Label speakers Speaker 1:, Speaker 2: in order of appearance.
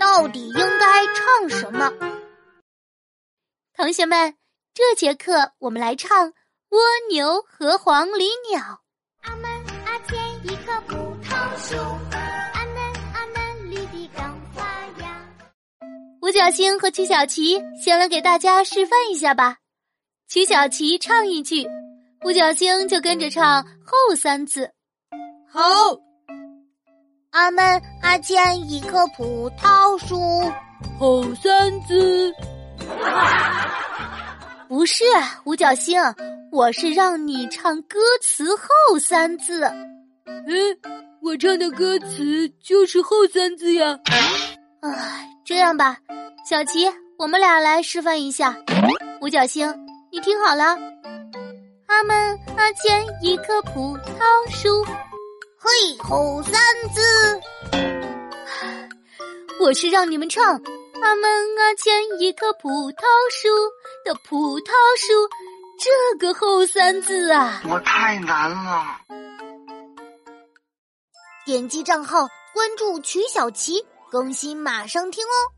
Speaker 1: 到底应该唱什么。同学们，这节课我们来唱《蜗牛和黄鹂鸟》。
Speaker 2: 阿门阿前一棵葡萄树，阿嫩阿嫩绿的刚发芽。
Speaker 1: 五角星和曲小琪先来给大家示范一下吧。曲小琪唱一句，五角星就跟着唱后三字。
Speaker 3: 好，
Speaker 2: 阿门阿前一棵葡萄树，
Speaker 3: 后三字，
Speaker 1: 不是啊五角星，我是让你唱歌词后三字。
Speaker 3: 嗯，我唱的歌词就是后三字呀。
Speaker 1: 唉，啊这样吧，小琪，我们俩来示范一下。五角星，你听好了，阿门阿前一棵葡萄树，
Speaker 2: 嘿吼三字，
Speaker 1: 我是让你们唱阿门阿前一棵葡萄树的葡萄树，这个后三字啊。
Speaker 4: 我太难了。
Speaker 2: 点击账号关注曲小琪，更新马上听哦。